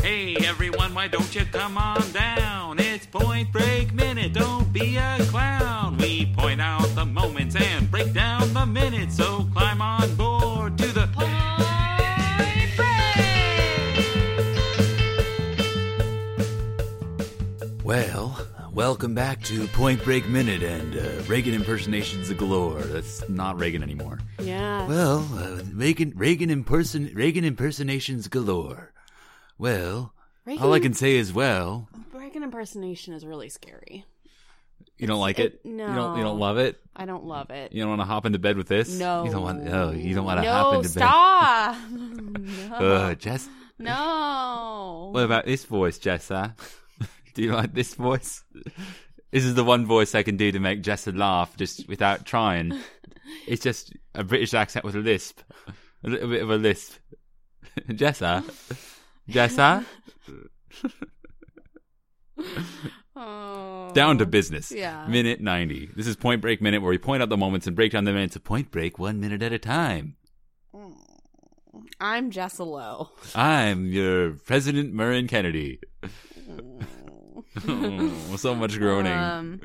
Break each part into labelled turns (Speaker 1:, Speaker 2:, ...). Speaker 1: Hey everyone, why don't you come on down? It's Point Break Minute, don't be a clown. We point out the moments and break down the minutes, so climb on board to the Point Break!
Speaker 2: Well, welcome back to Point Break Minute and uh, Reagan impersonations galore. That's not Reagan anymore.
Speaker 3: Yeah.
Speaker 2: Well, uh, Reagan Reagan imperson Reagan impersonations galore. Well,
Speaker 3: Reagan,
Speaker 2: all I can say is well.
Speaker 3: Reagan impersonation is really scary.
Speaker 2: You don't like it?
Speaker 3: it- no.
Speaker 2: You don't you don't love it?
Speaker 3: I don't love it.
Speaker 2: You don't want to hop into bed with this?
Speaker 3: No.
Speaker 2: You don't want Oh, you don't want to
Speaker 3: no,
Speaker 2: hop into
Speaker 3: stop.
Speaker 2: bed.
Speaker 3: no.
Speaker 2: Ugh, Jess.
Speaker 3: no.
Speaker 2: What about this voice, Jess? Huh? do you like this voice? This is the one voice I can do to make Jessa laugh just without trying. It's just a British accent with a lisp, a little bit of a lisp. Jessa, Jessa,
Speaker 3: Oh.
Speaker 2: down to business.
Speaker 3: Yeah.
Speaker 2: Minute ninety. This is Point Break Minute, where we point out the moments and break down the minutes of Point Break one minute at a time.
Speaker 3: I'm Jessalo.
Speaker 2: I'm your President Murrin Kennedy. Oh, so much groaning.
Speaker 3: Um,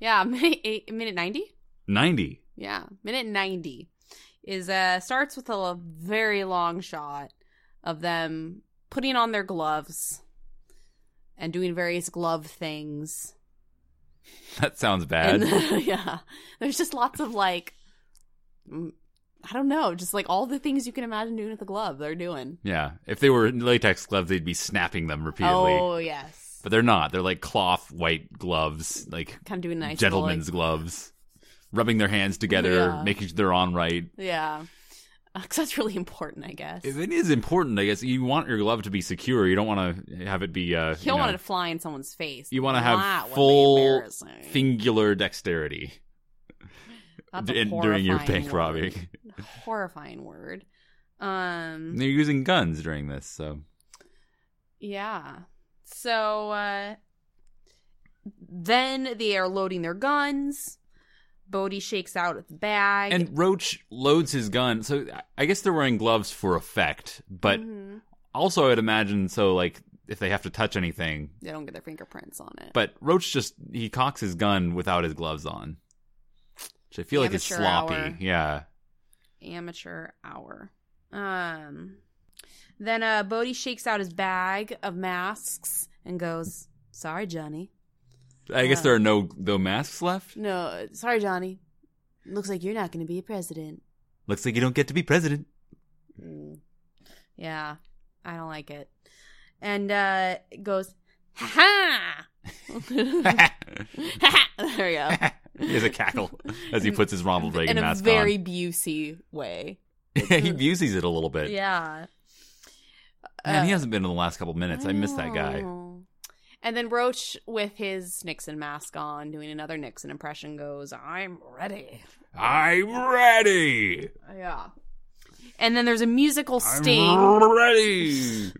Speaker 3: yeah, minute eight, minute ninety.
Speaker 2: ninety.
Speaker 3: Yeah, minute ninety is uh starts with a very long shot of them putting on their gloves and doing various glove things.
Speaker 2: That sounds bad.
Speaker 3: And yeah, there's just lots of like, mm, I don't know, just like all the things you can imagine doing with a glove. They're doing.
Speaker 2: Yeah. If they were latex gloves, they'd be snapping them repeatedly.
Speaker 3: Oh yes,
Speaker 2: But they're not. They're like cloth white gloves, like
Speaker 3: kind of doing nice little, like-
Speaker 2: gentlemen's gloves, rubbing their hands together,
Speaker 3: Yeah.
Speaker 2: making sure they're on right.
Speaker 3: yeah, because that's really important, I guess.
Speaker 2: If it is important, I guess you want your glove to be secure. You don't want to have it be. Uh,
Speaker 3: you
Speaker 2: you
Speaker 3: don't want
Speaker 2: know,
Speaker 3: it to fly in someone's face.
Speaker 2: you want to
Speaker 3: That would
Speaker 2: have
Speaker 3: be
Speaker 2: full
Speaker 3: embarrassing.
Speaker 2: fingular dexterity
Speaker 3: That's
Speaker 2: d-
Speaker 3: a
Speaker 2: during your
Speaker 3: horrifying
Speaker 2: bank
Speaker 3: word.
Speaker 2: robbing.
Speaker 3: Horrifying word. Um.
Speaker 2: They're using guns during this, so
Speaker 3: Yeah. So uh, then they are loading their guns. Bodhi shakes out the bag.
Speaker 2: and Roach loads his gun. So I- I guess they're wearing gloves for effect, but
Speaker 3: Mhm.
Speaker 2: also I'd imagine so like if they have to touch anything,
Speaker 3: they don't get their fingerprints on it.
Speaker 2: But Roach just he cocks his gun without his gloves on, which I feel like is
Speaker 3: Amateur
Speaker 2: sloppy.
Speaker 3: hour.
Speaker 2: Yeah,
Speaker 3: amateur hour. Um, then uh, Bodhi shakes out his bag of masks and goes, "Sorry, Johnny.
Speaker 2: I guess
Speaker 3: Yeah.
Speaker 2: there are no no masks left.
Speaker 3: No, uh, sorry, Johnny. Looks like you're not going to be a president."
Speaker 2: Looks like you don't get to be president.
Speaker 3: Mm. Yeah, I don't like it. And uh, goes, "Ha ha!" there we go.
Speaker 2: he has a cackle as he puts his Ronald Reagan
Speaker 3: In a
Speaker 2: mask
Speaker 3: very Busey way.
Speaker 2: on. he abuses it a little bit.
Speaker 3: Yeah.
Speaker 2: Man, he
Speaker 3: Uh,
Speaker 2: hasn't been in the last couple minutes. I miss that guy.
Speaker 3: know. And then Roach, with his Nixon mask on, doing another Nixon impression, goes, I'm ready.
Speaker 2: I'm ready.
Speaker 3: Yeah. And then there's a musical sting.
Speaker 2: I'm ready.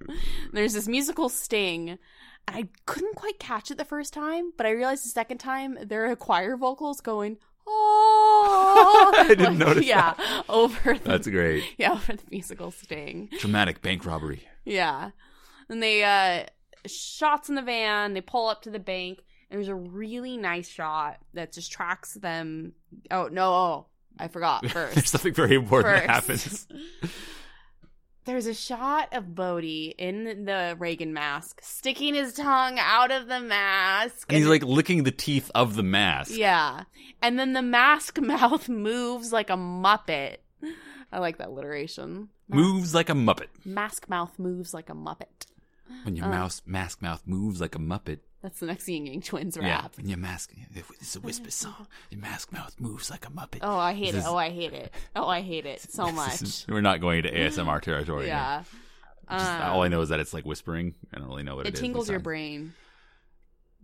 Speaker 3: There's this musical sting. And I couldn't quite catch it the first time, but I realized the second time there are choir vocals going, oh.
Speaker 2: I didn't notice
Speaker 3: Yeah. Over the,
Speaker 2: That's great.
Speaker 3: Yeah, over the musical sting.
Speaker 2: Dramatic bank robbery.
Speaker 3: Yeah. And they uh shots in the van, they pull up to the bank, and there's a really nice shot that just tracks them oh no, oh, I forgot
Speaker 2: There's
Speaker 3: first.
Speaker 2: something very important that happens.
Speaker 3: First. there's a shot of Bodhi in the Reagan mask, sticking his tongue out of the mask.
Speaker 2: And he's like licking the teeth of the mask.
Speaker 3: Yeah. And then the mask mouth moves like a Muppet. I like that alliteration.
Speaker 2: Moves like a Muppet.
Speaker 3: Mask mouth moves like a Muppet.
Speaker 2: When
Speaker 3: Uh.
Speaker 2: your mouse mask mouth moves like a muppet.
Speaker 3: That's the next Ying Yang Twins
Speaker 2: Yeah.
Speaker 3: rap.
Speaker 2: When your mask, it's a whisper song. Your mask mouth moves like a muppet.
Speaker 3: Oh, I hate
Speaker 2: This
Speaker 3: it.
Speaker 2: is-
Speaker 3: Oh, I hate it. Oh, I hate it so
Speaker 2: This
Speaker 3: much.
Speaker 2: is- we're not going to ASMR territory. here.
Speaker 3: yeah.
Speaker 2: Just-
Speaker 3: Um,
Speaker 2: all I know is that it's like whispering. I don't really know what it,
Speaker 3: it
Speaker 2: is
Speaker 3: tingles your
Speaker 2: besides-
Speaker 3: brain.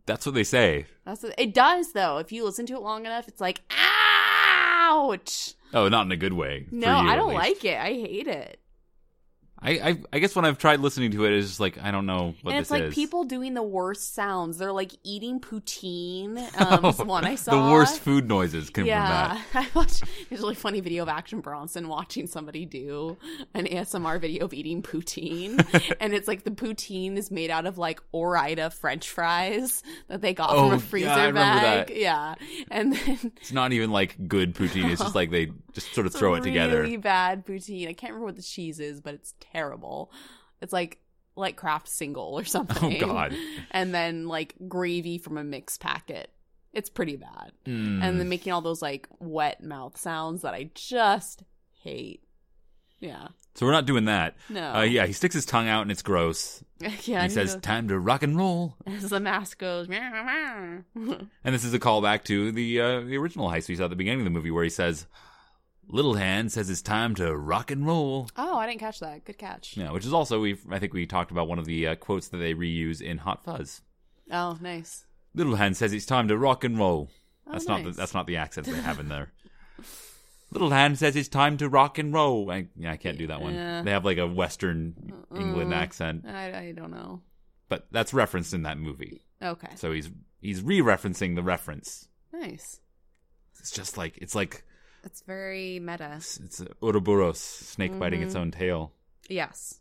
Speaker 2: That's what they say.
Speaker 3: That's what, it does though. If you listen to it long enough, it's like ouch.
Speaker 2: Oh, not in a good way. for
Speaker 3: No,
Speaker 2: you,
Speaker 3: I
Speaker 2: at
Speaker 3: don't
Speaker 2: least.
Speaker 3: like it. I hate it.
Speaker 2: I, I I guess when I've tried listening to it, it's just like I don't know what
Speaker 3: and
Speaker 2: this
Speaker 3: it's like
Speaker 2: is.
Speaker 3: people doing the worst sounds. They're like eating poutine. Um, is one I saw.
Speaker 2: Oh, the worst food noises can
Speaker 3: Yeah, I watched there's a really funny video of Action Bronson watching somebody do an ASMR video of eating poutine, and it's like the poutine is made out of like Orida French fries that they got
Speaker 2: Oh,
Speaker 3: from
Speaker 2: yeah, I
Speaker 3: a freezer
Speaker 2: remember
Speaker 3: bag.
Speaker 2: that.
Speaker 3: Yeah, and then
Speaker 2: It's not even like good poutine. It's just like they just sort of throw it together.
Speaker 3: Really bad poutine. I can't remember what the cheese is, but it's terrible. It's like like craft single or something.
Speaker 2: Oh, God.
Speaker 3: And then like gravy from a mixed packet. It's pretty bad.
Speaker 2: Mm.
Speaker 3: And then making all those like wet mouth sounds that I just hate. Yeah.
Speaker 2: so we're not doing that.
Speaker 3: No.
Speaker 2: Uh, yeah, he sticks his tongue out and it's gross.
Speaker 3: Oh. yeah.
Speaker 2: he says, "Time to rock and roll."
Speaker 3: as the mask goes. "Meow, meow."
Speaker 2: And this is a callback to the uh, the original heist we saw at the beginning of the movie, where he says, "Little Hand says it's time to rock and roll."
Speaker 3: oh, I didn't catch that. Good catch.
Speaker 2: Yeah, which is also we I think we talked about one of the uh, quotes that they reuse in Hot Fuzz.
Speaker 3: Oh, nice.
Speaker 2: Little Hand says it's time to rock and roll.
Speaker 3: Oh,
Speaker 2: That's not
Speaker 3: nice.
Speaker 2: the, that's not the accent they have in there. Little Hand says it's time to rock and roll. I, yeah, I can't do that one.
Speaker 3: Yeah.
Speaker 2: They have like a Western England
Speaker 3: Uh-uh.
Speaker 2: accent,
Speaker 3: I, I don't know.
Speaker 2: but that's referenced in that movie.
Speaker 3: Okay.
Speaker 2: So he's he's re-referencing the reference.
Speaker 3: Nice.
Speaker 2: It's just like it's like
Speaker 3: That's very meta.
Speaker 2: it's, it's Ouroboros snake biting
Speaker 3: Mm-hmm.
Speaker 2: its own tail.
Speaker 3: Yes.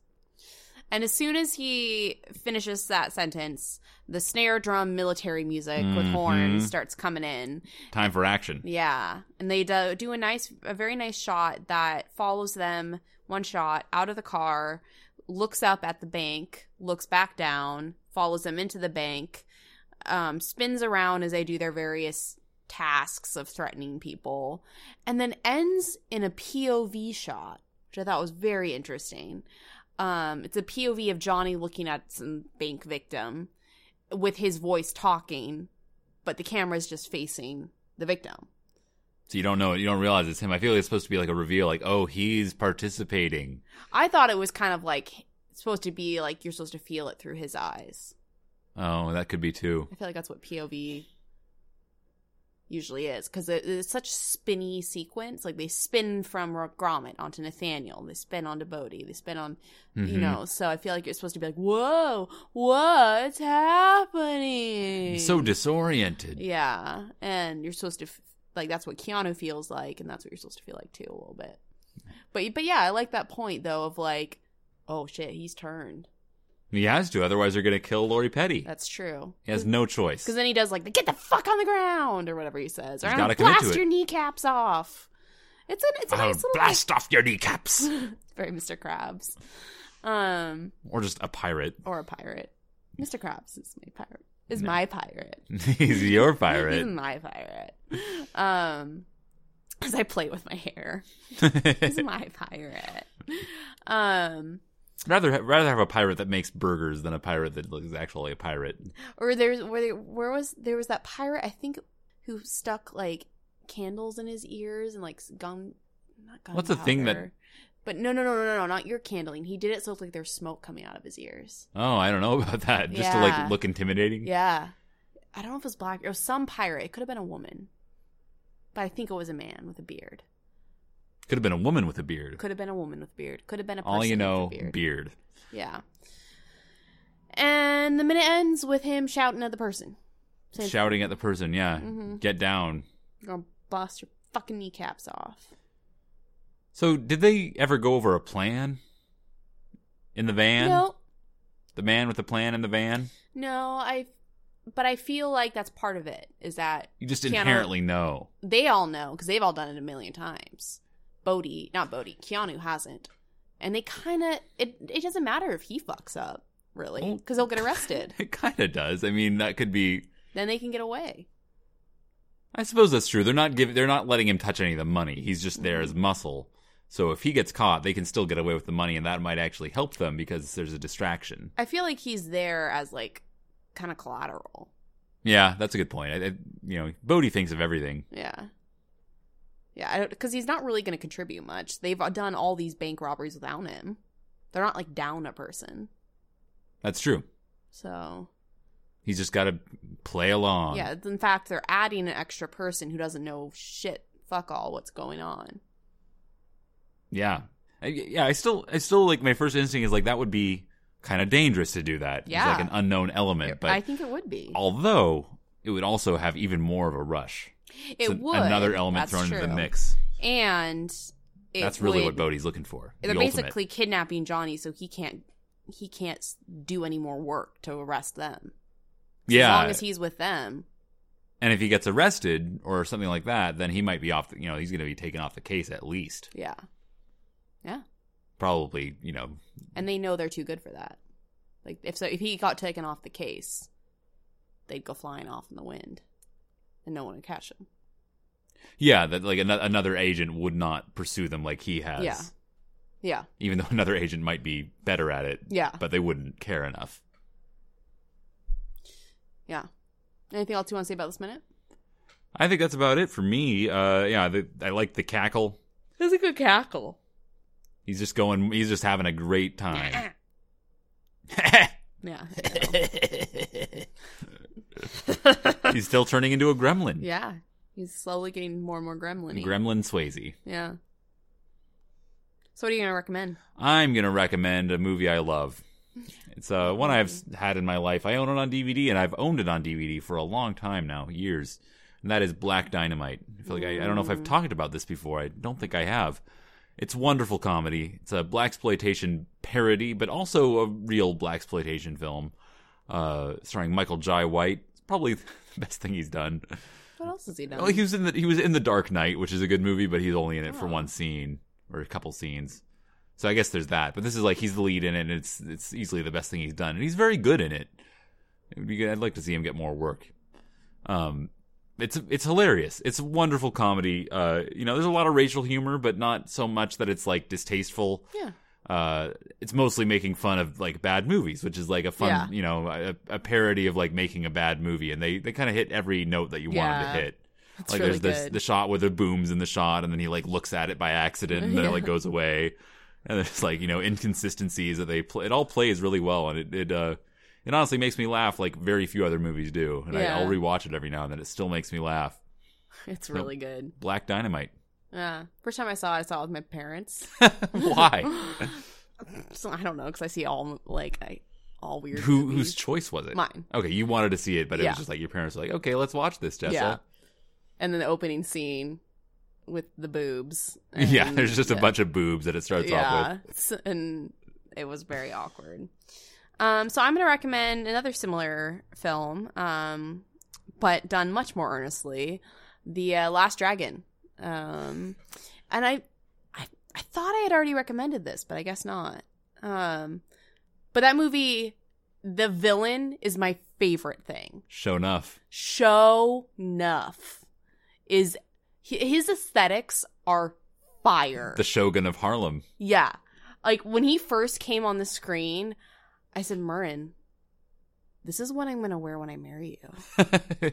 Speaker 3: And as soon as he finishes that sentence, the snare drum military music with horns
Speaker 2: Mhm.
Speaker 3: starts coming in.
Speaker 2: Time for action.
Speaker 3: Yeah. And they do, do a nice, a very nice shot that follows them one shot out of the car, looks up at the bank, looks back down, follows them into the bank, um, spins around as they do their various tasks of threatening people, and then ends in a POV shot, which I thought was very interesting. Um, it's a POV of Johnny looking at some bank victim with his voice talking, but the camera's just facing the victim.
Speaker 2: So you don't know you don't realize it's him. I feel like it's supposed to be like a reveal, like oh he's participating.
Speaker 3: I thought it was kind of like supposed to be like you're supposed to feel it through his eyes.
Speaker 2: Oh, that could be too.
Speaker 3: I feel like that's what POV usually is because it, it's such spinny sequence. Like they spin from Ro- Gromit onto Nathaniel, they spin onto Bodhi, they spin on you
Speaker 2: Mhm.
Speaker 3: know. So I feel like you're supposed to be like, whoa, what's happening?
Speaker 2: He's so disoriented.
Speaker 3: yeah, and you're supposed to f- like that's what Keanu feels like, and that's what you're supposed to feel like too a little bit. But but yeah, I like that point though of like, oh shit, he's turned.
Speaker 2: He has to, otherwise they're gonna kill Lori Petty.
Speaker 3: That's true.
Speaker 2: He has no choice.
Speaker 3: Because then he does like the get the fuck on the ground or whatever he says, or
Speaker 2: He's
Speaker 3: I'm
Speaker 2: gotta
Speaker 3: gonna
Speaker 2: commit to
Speaker 3: blast
Speaker 2: it.
Speaker 3: your kneecaps off. It's an it's a
Speaker 2: I'll
Speaker 3: nice little
Speaker 2: blast off your kneecaps,
Speaker 3: very Mr. Krabs, um,
Speaker 2: or just a pirate.
Speaker 3: or a pirate. Mr. Krabs is my pirate. Is my pirate.
Speaker 2: He's your
Speaker 3: He's
Speaker 2: pirate.
Speaker 3: my pirate. Um, as I play with my hair, he's my pirate. Um,
Speaker 2: rather rather have a pirate that makes burgers than a pirate that is actually a pirate.
Speaker 3: or there's where there, where was there was that pirate I think who stuck like candles in his ears and like s- gun not gun
Speaker 2: What's the thing that-
Speaker 3: but no no no no no no not your candling he did it so it's like there's smoke coming out of his ears
Speaker 2: Oh, I don't know about that. Just to
Speaker 3: Yeah.
Speaker 2: like look intimidating.
Speaker 3: yeah I don't know if it was black or some pirate it could have been a woman but I think it was a man with a beard
Speaker 2: Could have been a woman with a beard.
Speaker 3: could have been a woman with a beard could have been a person
Speaker 2: All you know,
Speaker 3: with a beard.
Speaker 2: beard.
Speaker 3: yeah and the minute ends with him shouting at the person saying
Speaker 2: Shouting at the person, yeah.
Speaker 3: Mhm.
Speaker 2: Get down.
Speaker 3: you're gonna bust your fucking kneecaps off
Speaker 2: So did they ever go over a plan? In the van?
Speaker 3: No,
Speaker 2: The man with the plan in the van?
Speaker 3: no, I. But I feel like that's part of it. Is that
Speaker 2: You just
Speaker 3: Keanu-
Speaker 2: inherently know.
Speaker 3: they all know because they've all done it a million times. Bodhi, not Bodhi, Keanu hasn't, and they kind of it. It doesn't matter if he fucks up really
Speaker 2: Well-
Speaker 3: because they'll get arrested.
Speaker 2: It kinda does. I mean, that could be
Speaker 3: then they can get away.
Speaker 2: I suppose that's true. They're not giving. They're not letting him touch any of the money. He's just there
Speaker 3: Mm-hmm.
Speaker 2: as muscle. So if he gets caught, they can still get away with the money, and that might actually help them because there's a distraction.
Speaker 3: I feel like he's there as like kind of collateral.
Speaker 2: Yeah, that's a good point. I, I, you know, Bodhi thinks of everything.
Speaker 3: Yeah. Yeah, I don't because he's not really going to contribute much. They've done all these bank robberies without him. They're not like down a person.
Speaker 2: That's true.
Speaker 3: So
Speaker 2: He's just got to play along.
Speaker 3: Yeah, in fact, they're adding an extra person who doesn't know shit, fuck all, what's going on.
Speaker 2: yeah. I- yeah, I still, I still like my first instinct is like that would be kind of dangerous to do that.
Speaker 3: Yeah.
Speaker 2: it's like an unknown element, but
Speaker 3: I think it would be.
Speaker 2: although it would also have even more of a rush.
Speaker 3: it
Speaker 2: So
Speaker 3: would
Speaker 2: another element
Speaker 3: That's
Speaker 2: thrown into the
Speaker 3: true.
Speaker 2: mix.
Speaker 3: and it
Speaker 2: That's really what
Speaker 3: would,
Speaker 2: Bodhi's looking for.
Speaker 3: They're
Speaker 2: the ultimate.
Speaker 3: basically kidnapping Johnny, so he can't he can't s- do any more work to arrest them.
Speaker 2: yeah.
Speaker 3: as long as he's with them.
Speaker 2: and if he gets arrested or something like that, then he might be off. The, you know, he's going to be taken off the case at least.
Speaker 3: Yeah,
Speaker 2: Probably, you know,
Speaker 3: and they know they're too good for that. Like if so, if he got taken off the case, they'd go flying off in the wind, and no one would catch him.
Speaker 2: yeah, that like ano- another agent would not pursue them like he has.
Speaker 3: Yeah. Yeah,
Speaker 2: Even though another agent might be better at it,
Speaker 3: yeah,
Speaker 2: but they wouldn't care enough.
Speaker 3: yeah. Anything else you want to say about this minute?
Speaker 2: I think that's about it for me. Uh, yeah, the, I like the cackle.
Speaker 3: It was a good cackle.
Speaker 2: He's just going. He's just having a great time.
Speaker 3: Yeah,
Speaker 2: he's still turning into a gremlin.
Speaker 3: yeah. He's slowly getting more and more gremlin.
Speaker 2: Gremlin Swayze.
Speaker 3: Yeah. So what are you gonna recommend?
Speaker 2: I'm gonna recommend a movie I love. It's uh, one I've s- had in my life. I own it on DVD, and I've owned it on DVD for a long time now, years. And that is Black Dynamite. I feel like I, I don't know if I've talked about this before. I don't think I have. It's wonderful comedy. It's a black exploitation parody, but also a real black exploitation film, uh, starring Michael Jai White. It's probably the best thing he's done.
Speaker 3: What else has he done?
Speaker 2: Well, Oh, he was in the he was in the Dark Knight, which is a good movie, but he's only in it for one scene or a couple scenes. So I guess there's that. But this is like he's the lead in it, and it's it's easily the best thing he's done, and he's very good in it. It would be good. I'd like to see him get more work. Um, it's it's hilarious. It's a wonderful comedy. Uh, you know, there's a lot of racial humor, but not so much that it's like distasteful.
Speaker 3: yeah.
Speaker 2: Uh, it's mostly making fun of like bad movies, which is like a fun,
Speaker 3: Yeah.
Speaker 2: you know, a, a parody of like making a bad movie, and they they kind of hit every note that you wanted
Speaker 3: Yeah.
Speaker 2: to hit.
Speaker 3: That's
Speaker 2: like
Speaker 3: really
Speaker 2: there's this,
Speaker 3: good.
Speaker 2: the shot where the booms in the shot, and then he like looks at it by accident, and then
Speaker 3: Yeah.
Speaker 2: it like goes away, and there's like you know inconsistencies that they play. It all plays really well, and it it uh it honestly makes me laugh like very few other movies do, and
Speaker 3: Yeah.
Speaker 2: I, I'll rewatch it every now and then. It still makes me laugh.
Speaker 3: It's really good.
Speaker 2: Black Dynamite.
Speaker 3: Yeah. First time I saw it, I saw it with my parents.
Speaker 2: Why?
Speaker 3: so I don't know because I see all like I, all weird.
Speaker 2: Who
Speaker 3: movies.
Speaker 2: whose choice was it?
Speaker 3: Mine.
Speaker 2: Okay, you wanted to see it, but it
Speaker 3: Yeah.
Speaker 2: was just like your parents were like, "Okay, let's watch this, Jessa."
Speaker 3: Yeah. And then the opening scene with the boobs.
Speaker 2: Yeah,
Speaker 3: and-
Speaker 2: there's just a bunch of boobs that it starts off with.
Speaker 3: Yeah, S- and it was very awkward. Um, so I'm going to recommend another similar film, um, but done much more earnestly, The uh, Last Dragon. Um, and I, I, I thought I had already recommended this, but I guess not. Um, but that movie, the villain is my favorite thing.
Speaker 2: Show enough.
Speaker 3: Show Nuff is hi- his aesthetics are fire.
Speaker 2: The Shogun of Harlem.
Speaker 3: Yeah. Like when he first came on the screen, I said, Murrin, this is what I'm going to wear when I marry you.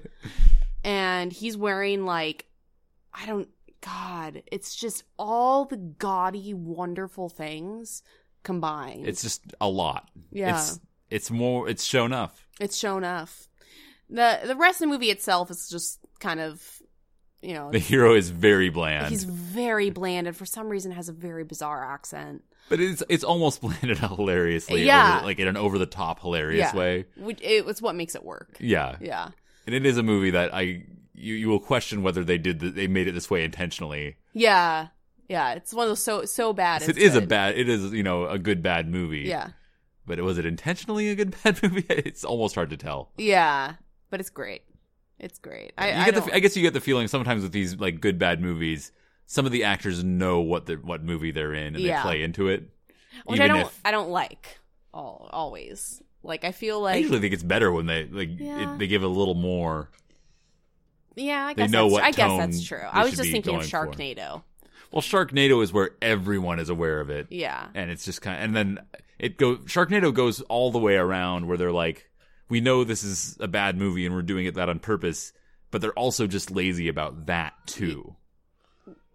Speaker 3: And he's wearing like, I don't, God, it's just all the gaudy, wonderful things combined.
Speaker 2: it's just a lot.
Speaker 3: yeah, it's,
Speaker 2: It's it's more it's show enough.
Speaker 3: shown off. The, the rest of the movie itself is just kind of, you know,
Speaker 2: The hero is very bland.
Speaker 3: he's very bland and for some reason has a very bizarre accent.
Speaker 2: but it's it's almost bland in a hilariously
Speaker 3: Yeah.
Speaker 2: over- like in an over the top hilarious
Speaker 3: Yeah.
Speaker 2: way.
Speaker 3: Which, it, it's what makes it work.
Speaker 2: Yeah.
Speaker 3: Yeah.
Speaker 2: And it is a movie that I you, you will question whether they did the, they made it this way intentionally.
Speaker 3: Yeah, yeah. It's one of those so so bad.
Speaker 2: It
Speaker 3: it's
Speaker 2: is a
Speaker 3: good.
Speaker 2: bad it is, you know, a good bad movie.
Speaker 3: Yeah,
Speaker 2: But was it intentionally a good bad movie? It's almost hard to tell.
Speaker 3: yeah. But it's great. It's great. I,
Speaker 2: you
Speaker 3: I
Speaker 2: get the,
Speaker 3: don't-
Speaker 2: I guess you get the feeling sometimes with these like good bad movies, some of the actors know what the what movie they're in and
Speaker 3: Yeah.
Speaker 2: they play into it.
Speaker 3: which I
Speaker 2: even
Speaker 3: don't.
Speaker 2: if-
Speaker 3: I don't like. All always. Like I feel
Speaker 2: I
Speaker 3: like.
Speaker 2: usually think it's better when they like
Speaker 3: Yeah.
Speaker 2: it, they give a little more.
Speaker 3: yeah, I
Speaker 2: they
Speaker 3: guess
Speaker 2: know
Speaker 3: that's,
Speaker 2: what
Speaker 3: I guess
Speaker 2: tone
Speaker 3: that's true.
Speaker 2: they
Speaker 3: I was
Speaker 2: should
Speaker 3: just
Speaker 2: be
Speaker 3: thinking
Speaker 2: going
Speaker 3: of
Speaker 2: for.
Speaker 3: Sharknado.
Speaker 2: Well, Sharknado is where everyone is aware of it,
Speaker 3: Yeah,
Speaker 2: and it's just kind of, and then it go Sharknado goes all the way around where they're like, we know this is a bad movie and we're doing it that on purpose, but they're also just lazy about that too.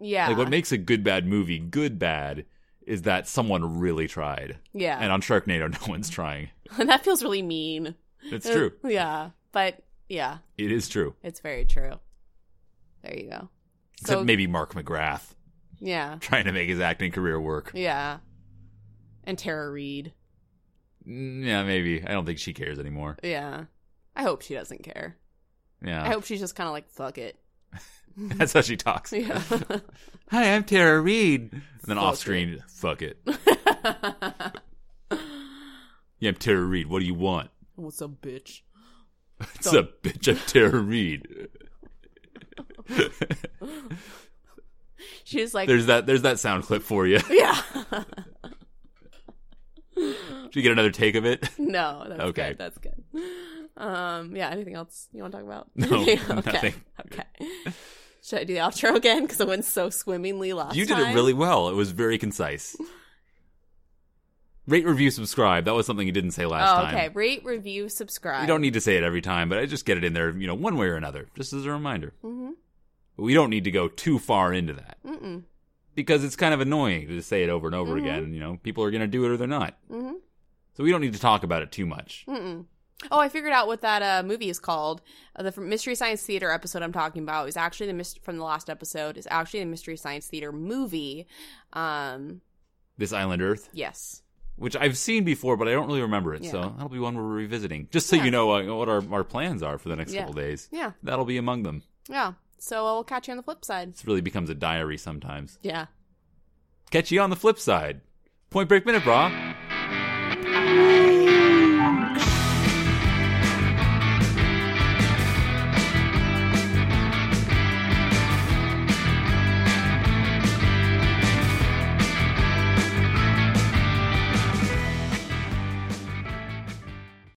Speaker 3: yeah,
Speaker 2: Like what makes a good bad movie good bad is that someone really tried.
Speaker 3: yeah.
Speaker 2: And on Sharknado, no one's trying.
Speaker 3: that feels really mean. Uh,
Speaker 2: It's true.
Speaker 3: yeah, but yeah,
Speaker 2: It is true.
Speaker 3: it's very true. There you go.
Speaker 2: Except
Speaker 3: So-
Speaker 2: maybe Mark McGrath.
Speaker 3: Yeah.
Speaker 2: trying to make his acting career work.
Speaker 3: Yeah. And Tara Reed.
Speaker 2: Mm, Yeah, maybe. I don't think she cares anymore.
Speaker 3: Yeah. I hope she doesn't care. I
Speaker 2: Yeah,
Speaker 3: hope she's just kind of like, fuck it.
Speaker 2: that's how she talks.
Speaker 3: Um, Yeah.
Speaker 2: Hi, I'm Tara Reed. And then
Speaker 3: Fuck
Speaker 2: off screen, fuck it. Yeah, I'm Tara Reed. What do you want?
Speaker 3: What's up, bitch?
Speaker 2: It's a bitch. I'm Tara Reed.
Speaker 3: She's like,
Speaker 2: There's that. There's that sound clip for you.
Speaker 3: yeah.
Speaker 2: Did you get another take of it?
Speaker 3: no, that's
Speaker 2: Okay.
Speaker 3: good. That's good. Um, yeah, anything else you want to talk about?
Speaker 2: No,
Speaker 3: okay.
Speaker 2: nothing.
Speaker 3: Okay. Should I do the outro again? Because it went so swimmingly last
Speaker 2: you did
Speaker 3: time.
Speaker 2: it really well. It was very concise. Rate, review, subscribe. That was something you didn't say last
Speaker 3: Oh,
Speaker 2: time.
Speaker 3: okay. Rate, review, subscribe.
Speaker 2: You don't need to say it every time, but I just get it in there, you know, one way or another, just as a reminder.
Speaker 3: Mhm.
Speaker 2: We don't need to go too far into that
Speaker 3: Mm-mm.
Speaker 2: because it's kind of annoying to just say it over and over
Speaker 3: Mm-hmm.
Speaker 2: again. You know, people are going to do it or they're not.
Speaker 3: Mhm.
Speaker 2: So we don't need to talk about it too much.
Speaker 3: Mm-mm. Oh, I figured out what that uh, movie is called. Uh, the Mystery Science Theater episode I'm talking about is actually the myst- from the last episode is actually the Mystery Science Theater movie. Um,
Speaker 2: This Island Earth,
Speaker 3: yes,
Speaker 2: which I've seen before, but I don't really remember it. So
Speaker 3: Yeah.
Speaker 2: that'll be one we're revisiting, just so
Speaker 3: Yeah.
Speaker 2: you know uh, what our, our plans are for the next
Speaker 3: Yeah.
Speaker 2: couple days.
Speaker 3: yeah,
Speaker 2: That'll be among them.
Speaker 3: yeah. So I'll catch you on the flip side.
Speaker 2: This really becomes a diary sometimes.
Speaker 3: Yeah.
Speaker 2: Catch you on the flip side. Point Break Minute, brah.
Speaker 3: Bye.